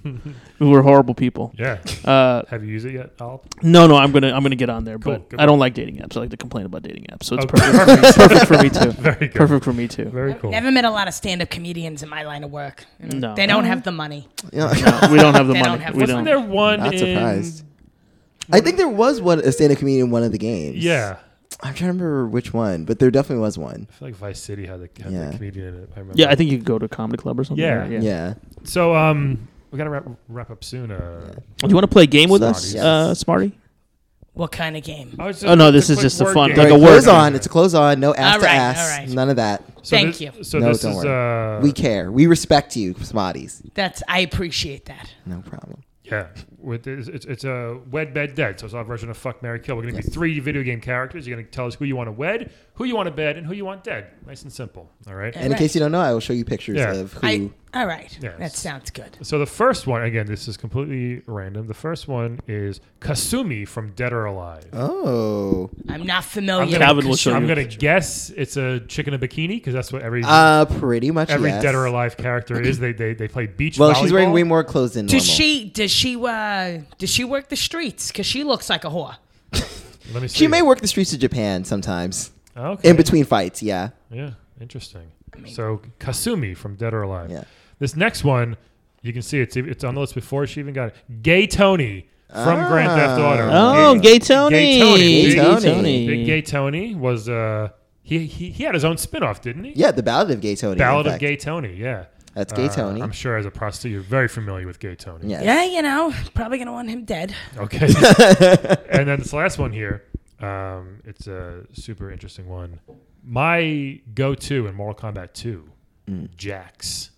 who are horrible people.
Yeah.
Uh,
Have you used it yet, Al?
no, no, I'm gonna I'm gonna get on there,
Cool,
but
good
I don't like dating apps. I like to complain about dating apps, so it's
Okay,
perfect. it's perfect for me too.
Very good.
Perfect for me too.
Very cool.
Never met a lot of stand-up comedians in my line of work. You know,
No.
They don't have the money.
Yeah.
No, we don't have the
They
money.
don't have
we
the
don't.
Wasn't there one
Not
in?
surprised. I think there was one a stand-up comedian in one of the games.
Yeah,
I'm trying to remember which one, but there definitely was one.
I feel like Vice City had the, had
Yeah.
the comedian in it. I remember.
Yeah, I think you could go to a comedy club or something.
Yeah.
right?
Yeah.
So um, we gotta wrap, wrap up soon. Uh,
Do you want to play a game with us,
Smarties.
uh, Smarty?
What kind of game?
I was just-
Oh, no,
it's
this is
quick
just a
word
fun-
game.
All
Like
right,
a
close
word.
on. It's a close on. No ass
All
to
right,
ass.
all right.
None of that.
So
Thank
thi-
you.
So
No,
this
don't
is uh,
We care. We respect you, Smarties.
That's I appreciate that.
No problem.
Yeah, with this, it's it's a wed bed dead, so it's our version of fuck Mary Kill. We're gonna be three video game characters. You're gonna tell us who you want to wed, who you want to bed, and who you want dead. Nice and simple. All right.
And in
Right.
case you don't know, I will show you pictures
Yeah.
of who.
I all right.
Yes.
That sounds good.
So the first one, again, this is completely random. The first one is Kasumi from Dead or Alive.
oh.
I'm not
I'm
familiar.
gonna,
Calvin will show
I'm
you a
gonna guess it's a chick in a bikini because that's what every
Uh, pretty much.
every
yes.
Dead or Alive character is. They they, they play beach.
Well, she's wearing
volleyball.
way more clothes than
does
normal.
she does she uh does she work the streets? Cause she looks like a whore.
Let me see. Ah,
She may work the streets of Japan sometimes
Okay.
in between fights. Yeah.
Yeah, interesting. So Kasumi from Dead or Alive.
Yeah.
This next one, you can see it's it's on the list before she even got it. Gay Tony from Grand Theft Auto.
Oh, Gay Tony.
Gay Tony.
Ah. Gay Tony.
Big Gay Tony was uh he, he he had his own spin-off, didn't he?
Yeah. The Ballad of Gay Tony. in
Ballad of
fact.
Gay Tony. Yeah.
That's Gay
Uh,
Tony.
I'm sure as a prostitute, you're very familiar with Gay Tony.
Yes.
Yeah, you know, probably gonna want him dead.
Okay. and then this last one here, um, it's a super interesting one. My go-to in Mortal Kombat 2,
Mm.
Jax.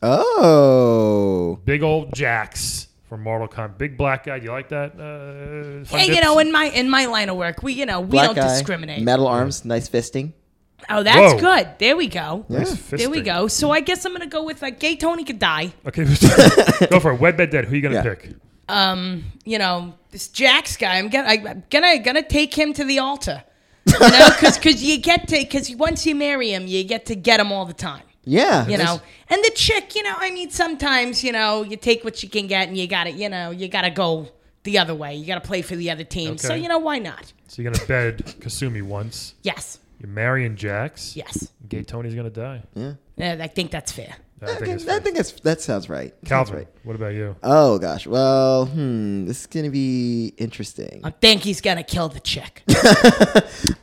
Oh.
Big old Jax from Mortal Kombat. Big black guy. Do you like that? Uh, fun
Yeah, you
dips?
know, in my in my line of work, we you know we
Black
don't
guy,
discriminate.
Metal arms. Nice fisting.
oh, that's
Whoa.
good. There we go.
Nice
There we
fisting.
go. So I guess I'm gonna go with like gay Tony could die.
Okay, go for it. Wed bed dead. Who you gonna
Yeah.
pick?
um, you know, this Jax guy. I'm gonna, I'm gonna, gonna take him to the altar. You know, because you get to, because once you marry him, you get to get him all the time.
Yeah.
You
that's-
know, and the chick, you know, I mean, sometimes you know, you take what you can get, and you got to, you know, you got to go the other way. You got to play for the other team. So
Okay.
you know, why not?
So you're gonna bed Kasumi once.
Yes,
You're marrying Jax.
yes.
Gay Tony's gonna die.
Yeah, I think that's fair.
I
Mm. I
think it's
think,
fair.
I think it's, that sounds right. Sounds
Calvin,
right.
what about you?
Oh gosh. Well, hmm, this is gonna be interesting.
I think he's gonna kill the chick.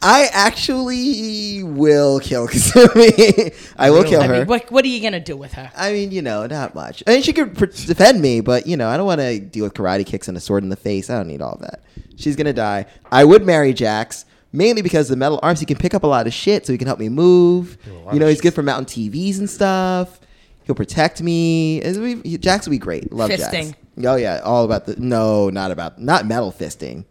I actually will kill Kasumi. I will kill
I
her.
mean, what, what are you gonna do with her?
I mean, you know, not much. I mean, she could pr- defend me, but you know, I don't want to deal with karate kicks and a sword in the face. I don't need all of that. She's gonna die. I would marry Jax mainly because the metal arms. He can pick up a lot of shit, so he can help me move.
a lot
You
of
know, he's
shit.
good for mounting TVs and stuff. He'll protect me. It's- we- he- Jax would be great. Love
Fisting.
Jax. Oh yeah, all about the no, not about not metal fisting.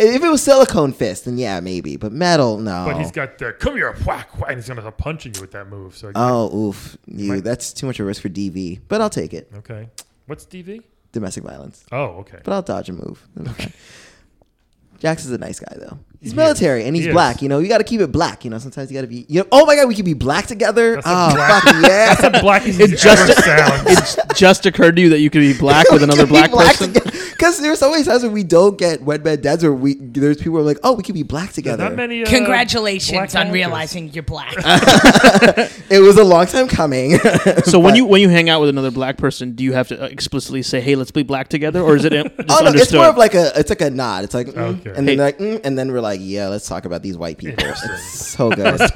If it was silicone fist, then yeah, maybe. But metal, no.
But he's got the come here, whack, whack, and he's gonna start punching you with that move. So
oh, oof. You, that's too much of a risk for DV. But I'll take it.
okay, what's DV?
Domestic violence.
Oh, okay.
But I'll dodge a move. Okay. Jax is a nice guy though. He's military and he's
He is.
black. You know, you got to keep it black. You know, sometimes you got to be. You know, oh my god, we could be black together.
That's a
Oh
black-
fuck yeah.
That's the blackest
It
he's
just-
ever sound.
It just occurred to you that you could be black with another black, person.
Because there's always times when we don't get wetbed dads, or we there's people who are like, oh, we could be black together.
Not many. Uh, black
Congratulations on
actors.
realizing you're black.
It was a long time coming.
So when you when you hang out with another black person, do you have to uh, explicitly say, "Hey, let's be black together," or is it uh, just
oh no, it's
understood?
more of like a it's like a nod. It's like, mm,
Okay.
and then
Hey.
they're like, mm, and then we're like, yeah, let's talk about these white people. It's so good.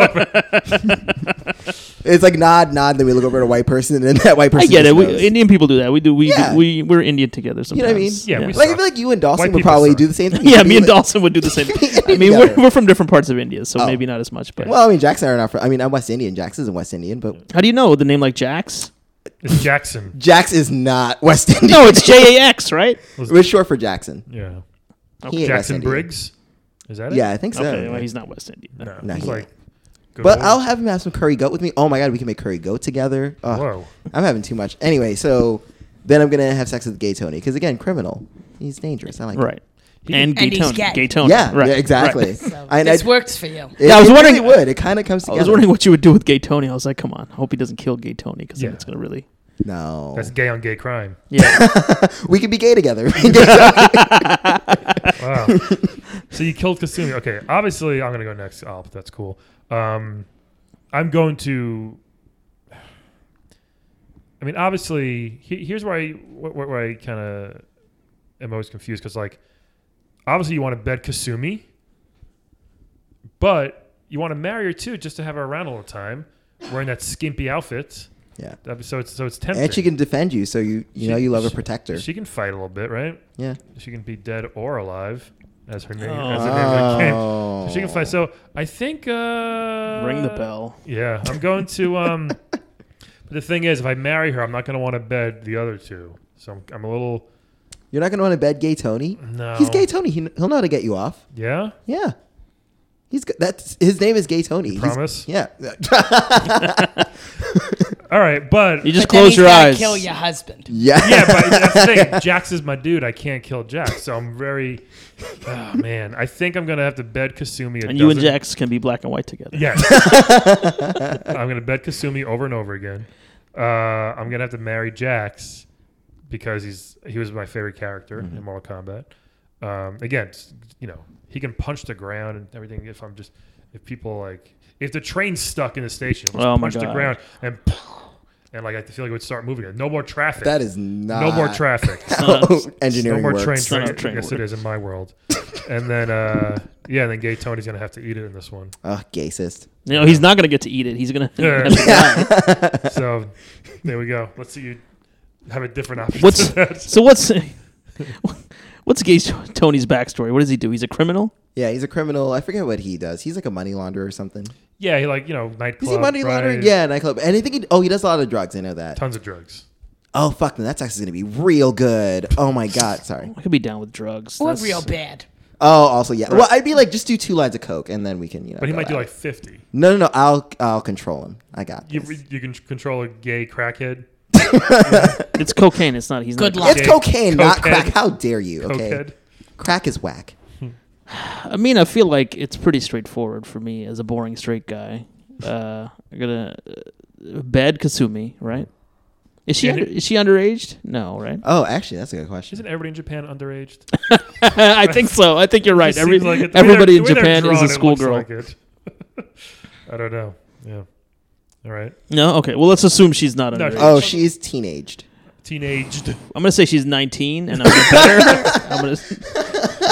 it's like nod, nod. Then we look over at a white person, and then that white
I
person.
get it.
just
We,
knows.
Indian people do that. We do. We
Yeah.
do, we we're Indian together
know
sometimes.
what I mean?
Yeah, we
like I
suck.
feel like you and Dawson
White
would
people
probably
suck.
do the same thing.
yeah,
You'd
me
be
and
like-
Dawson would do the same. thing. I mean,
Yeah.
we're, we're from different parts of India, so
Oh.
maybe not as much. But
Well, I mean, Jackson and I are not. fr- I mean, I'm West Indian. Jax isn't West Indian, but
how do you know the name like Jax?
It's Jackson.
Jax is not West Indian.
No, it's J A X, right?
We're short for Jackson.
Yeah.
He ain't West
Jackson
Indian.
Briggs. Is that it?
Yeah, I think so.
Okay, well, he's not West Indian.
No,
No,
he's
he
like. good
But
old-
I'll have him have some curry goat with me. Oh my god, we can make curry goat together. Ugh,
Whoa.
I'm having too much. Anyway, so then I'm gonna have sex with gay Tony because again, criminal. He's dangerous. I like.
Right. and
And he's
Gaytona.
gay.
Him.
Gaytona.
Yeah.
Right.
yeah, exactly.
Right.
so
And
this
I-
works for you.
It,
Yeah, I was
it really
wondering-
would. It kind of comes
I
together.
was wondering what you would do with Gaytona. I was like, come on, hope he doesn't kill Gaytona because
Yeah.
then it's gonna really.
No,
That's gay on gay crime.
Yeah.
we could be gay together.
Wow. Oh. so you killed Kasumi. Okay, obviously I'm gonna go next. Alp, that's cool. Um, I'm going to. I mean, obviously, he, here's where I where, where I kind of am always confused because, like, obviously you want to bed Kasumi, but you want to marry her too, just to have her around all the time, wearing that skimpy outfit.
yeah,
That'd be- So it's so it's tempting.
and she can defend you, so you you know
She-
you love a
she-
protector.
She can fight a little bit, right?
yeah,
She can be dead or alive, as her name.
Oh.
As her name of the game.
Oh.
So she can fight. So I think. Uh,
Ring the bell.
Yeah, I'm going to. Um, but the thing is, if I marry her, I'm not going to want to bed the other two. So I'm, I'm a little.
you're not gonna want to bed gay Tony.
No.
He's gay Tony. He, he'll know how to get you off.
Yeah.
Yeah. He's good. That's his name is Gay Tony. He's-
promise?
Yeah.
All right, but
You just
But then
close
he's
your
gotta
eyes.
Kill your husband.
yeah.
yeah, but that's the thing. Jax is my dude. I can't kill Jax, so I'm very. Oh man, I think I'm gonna have to bed Kasumi. A
And you and
dozen-
Jax can be black and white together.
Yes. I'm going to bet Kasumi over and over again. Uh, I'm going to have to marry Jax because he's he was my favorite character
Mm-hmm.
in Mortal Kombat. Um, again, s- you know, he can punch the ground and everything if I'm just if people like if the train's stuck in the station, just
Oh my
punch the
God.
ground and and like I feel like it would start moving. again. No more traffic.
That is not.
no more traffic.
engineering
no more
works.
train
not
traffic.
a train
Yes, it
work.
is in my world. and then uh, yeah, then Gay Tony's going to have to eat it in this one.
Ugh, Ah, gay cyst.
You know, he's not gonna get to eat it. He's gonna.
Yeah.
have to die.
So there we go. Let's see you have a different option.
What's-
to that.
So what's what's Gay Tony's backstory? What does he do? He's a criminal.
Yeah, he's a criminal. I forget what he does. He's like a money launderer or somethering.
yeah? He like you know
Is
nightclub.
he money laundering?
riot,
Yeah, nightclub. And I think he. Oh, he does a lot of drugs. I know that.
tons of drugs.
Oh fuck, then that's actually gonna be real good. Oh my god, sorry.
I could be down with drugs.
Or
That's-
real bad.
Oh, also yeah. Well, I'd be like, just do two lines of coke, and then we can, you know.
But he
go
might do
at
like
it.
fifty.
No, no, no. I'll, I'll control him. I got
You
this.
you can control a gay crackhead.
It's cocaine. It's not. He's
Good
not.
luck.
it's cocaine, not
Cokehead.
crack. How dare you? Okay.
Cokehead.
Crack is whack.
I mean, I feel like it's pretty straightforward for me as a boring straight guy. Uh, I'm gonna uh, bed Kasumi, right? Is she
Yeah.
under, is she underaged? No, right?
Oh, actually, that's a good question.
Isn't everybody in Japan underage?
I think so. I think you're right.
Just
Every,
seems like it- the way
everybody
they're-
in
the way they're
Japan is
drawn,
a
it looks
schoolgirl.
like it. I don't know. Yeah. All right.
no, okay. Well, let's assume she's not
No,
underage.
Oh, she's teenaged.
Teenaged.
I'm gonna say she's 19, and I'm gonna better. I'm gonna s-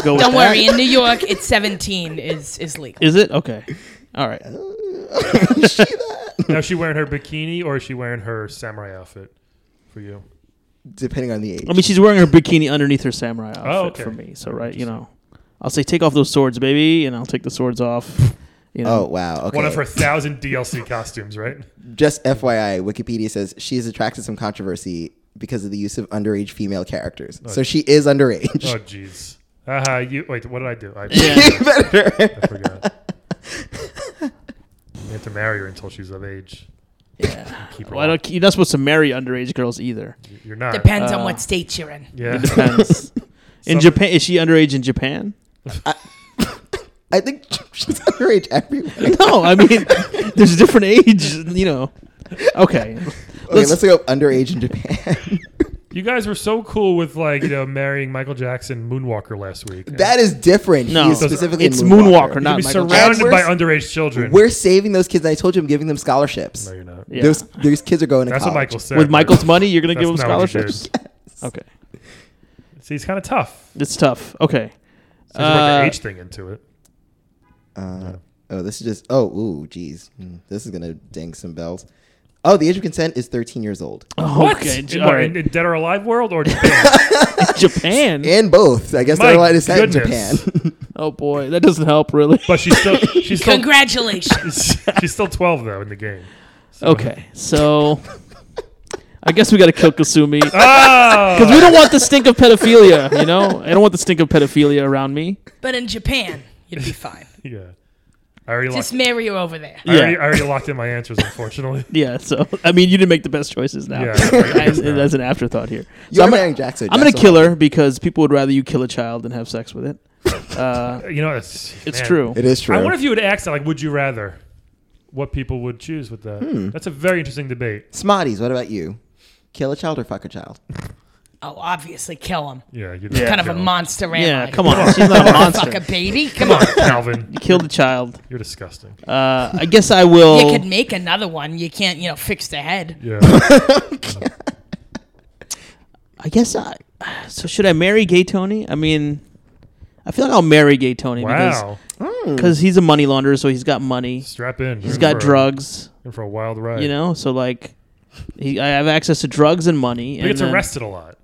go. With that.
Don't worry. In New York, it's 17 is is legal.
Is it okay? All right.
now is she wearing her bikini or is she wearing her samurai outfit? For you.
Depending on the age.
I mean, she's wearing her bikini underneath her samurai outfit
Oh, okay.
for me. So right, you know, I'll say take off those swords, baby, and I'll take the swords off. You
Oh
know,
wow. Okay.
One of her thousand DLC costumes, right?
Just FYI, Wikipedia says she has attracted some controversy because of the use of underage female characters. So she is underage.
Oh, jeez. Haha, you wait. What did I do? I, I forgot. You have to marry her until she's of age.
Yeah.
Keep her.
Well, I
alive.
don't, you're not supposed to marry underage girls either.
You're not.
Depends on
Uh,
what state you're in.
Yeah.
It depends. in
Some-
Japan, is she underage in Japan?
I think she's underage everywhere.
No, I mean, there's different age, you know. Okay.
Okay, let's go underage in Japan.
You guys were so cool with like you know marrying Michael Jackson Moonwalker last week.
that is different.
No.
he is specifically
It's
a
Moonwalker,
You'll
not
be
Michael
surrounded
Jackson.
by underage children.
We're saving those kids. I told you I'm giving them scholarships.
no, you're not.
Yeah.
Those those kids are going to
That's what
college.
Michael said.
With Michael's money, you're going to give them
That's not what you did.
scholarships? Okay.
See, it's kind of tough.
It's tough. Okay.
So you brought
Uh,
the age thing into it.
Uh, oh, this is just. Oh, ooh, geez, Mm, this is gonna ding some bells. Oh, the age of consent is 13 years old.
Oh, okay.
In,
All
what,
right.
in, in Dead or Alive world or Japan?
Japan.
And both, I guess,
My
they're allowed to set in Japan.
goodness.
oh boy, that doesn't help really.
but she's still she's still
Congratulations.
she's still 12 though in the game.
Okay, so I guess we got to kill Kasumi because
Oh,
we don't want the stink of pedophilia. You know, I don't want the stink of pedophilia around me.
but in Japan, you'd be fine.
yeah. I already
Just
locked.
marry you over there.
I already,
Yeah.
I already locked in my answers, unfortunately.
Yeah. So I mean, you didn't make the best choices now.
Yeah, I
As,
guess not.
as an afterthought here.
You're
I'm gonna-
marrying Jack, so
I'm gonna
Jack's
kill her because people would rather you kill a child than have sex with it. Uh,
You know, it's
it's
man.
true.
It is true.
I wonder if you would ask like, would you rather? What people would choose with that?
Hmm.
That's a very interesting debate.
Smarties, what about you? Kill a child or fuck a child?
Oh, obviously, kill him.
Yeah, you
Kind of a monster. am
Yeah,
I?
come on. She's not a
Fuck a
monster.
baby. Come on.
Calvin.
Kill the child.
You're disgusting.
Uh, I guess I
You
will.
could make another one. You can't, you know, fix the head.
Yeah,
I guess I. So should I marry Gay Tony? I mean, I feel like I'll marry Gay Tony because
wow.
because he's a money launderer, so he's got money.
Strap in.
He's got drugs,
in for a wild ride.
you know. So like, he, I have access to drugs and money.
he
and uh,
gets
then-
arrested a lot.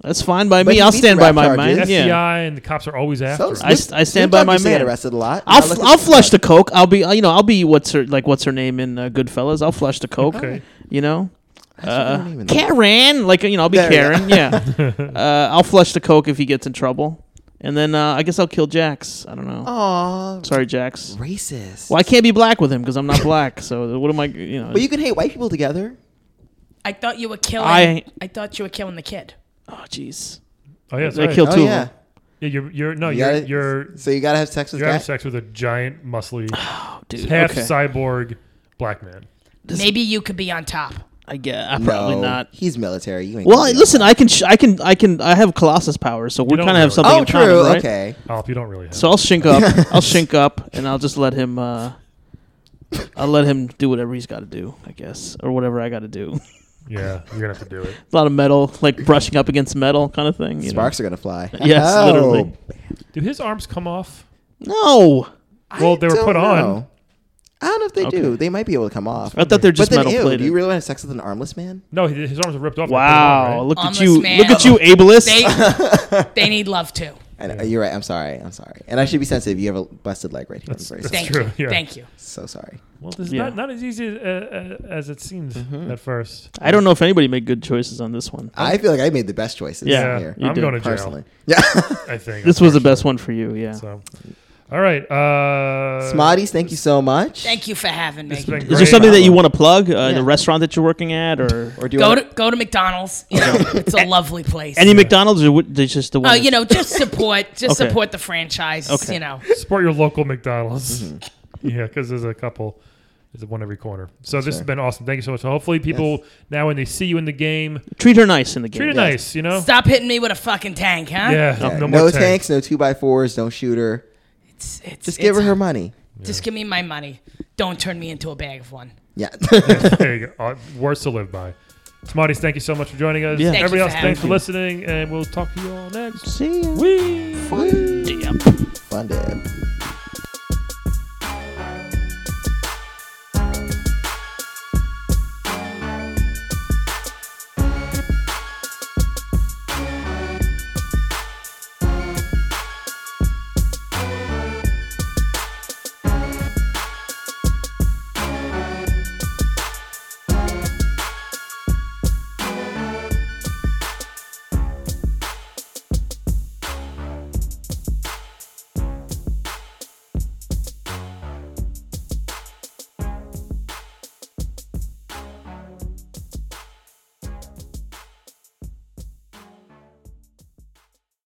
That's fine by
But
me.
he
I'll
beats
stand by
rap
my
charges.
mind.
FBI
Yeah,
and the cops are always after him.
Snoop-
I, s- I
Snoop
stand by
Dogg
my
used to get
man.
arrested a lot.
I'll,
Now
f-
look at
I'll
Snoop
flush the
Dogg.
coke. I'll be you know I'll be what's her like what's her name in uh, Goodfellas. I'll flush the coke.
Okay.
You know,
her
Uh,
name in there.
Karen. Like you know I'll be
There we
Karen. Yeah, uh, I'll flush the coke if he gets in trouble, and then uh, I guess I'll kill Jax. I don't know.
Oh. Aw,
Sorry, Jax.
racist.
Well, I can't be black with him because I'm not black. So what am I? You know.
But you can hate white people together.
I thought you were killing.
I-
I, thought you were killing the kid.
oh jeez.
Oh yeah, that's
They
right.
killed
Oh
two of
yeah.
them.
Yeah, you're you're no,
You
you're
gotta-
you're
So you gotta have sex with
you're having
that.
sex with a giant, muscly,
Oh, dude.
half
okay.
cyborg black man.
Maybe you could be on top.
I guess. I
No,
probably not.
He's military. You ain't
Well,
gonna
I-
do
listen, I can, sh- I can, I can, I have Colossus powers, so we
don't
kind of have
really.
that.
something.
Oh,
in
true.
common, right?
Okay.
Alp, you don't really have.
So I'll shink up, I'll shink up, and I'll just let him, uh, I'll let him do whatever he's got to do, I guess, or whatever I got to do.
yeah, you're gonna have to do it.
A lot of metal, like brushing up against metal, kind of thing. you know?
Sparks are gonna fly.
Yes,
Oh.
literally.
Do his arms come off?
No,
Well, they were
don't
put on.
know. I don't know if they do.
Okay.
They might be able to come off.
I thought they're just
but then,
metal
ew, do
plated.
you really want to have sex with an armless man?
No, his, his arms are ripped off. and
wow,
put
look at
Armless
you,
man.
look at you, ableist.
They they need love too.
And uh, you're right. I'm sorry. I'm sorry. And I should be sensitive. You have a busted leg right here.
That's-
I'm very
that's-
sorry.
Thank
true,
you.
yeah.
Thank you.
so sorry.
Well, this is
Yeah. Mm-hmm.
not, not as easy as, uh, uh, as it seems at first.
I don't know if anybody made good choices on this one.
I feel like I made the best choices.
Yeah,
here,
you
I'm
did,
going to jail.
personally. Yeah.
I think
This was the best one for you, yeah.
So, all right, uh,
Smarties, thank you so much.
Thank you for having me.
It's been
Is
great.
there something that you
problem.
want to plug? Uh,
Yeah.
The restaurant that you're working at, or
Or do you
Go
wanna-
to go to McDonald's. You know, it's a lovely place.
any McDonald's, or what, there's
Uh,
just the one?
Oh,
that's-
you know, just support, just
Okay.
support the franchise.
Okay.
You know,
support your local McDonald's. Yeah, because there's a couple, there's one every corner. So this has been awesome. Thank you so much. So hopefully, people now when they see you in the game,
treat her nice in the game.
treat her nice. You know,
stop hitting me with a fucking tank, huh?
yeah,
Yeah,
no
no
more tanks.
tanks, no two by fours, don't shoot her.
It's, it's,
Just give her
it's-
her money.
Just give me my money. Don't turn me into a bag of one.
Yeah.
There you go. Uh, words to live by. Smarties, thank you so much for joining us.
Yeah. Thank
Everybody
you
else,
for
thanks for
having
listening, and we'll talk to you all next.
See ya.
Whee!
Damn.
Fun dip.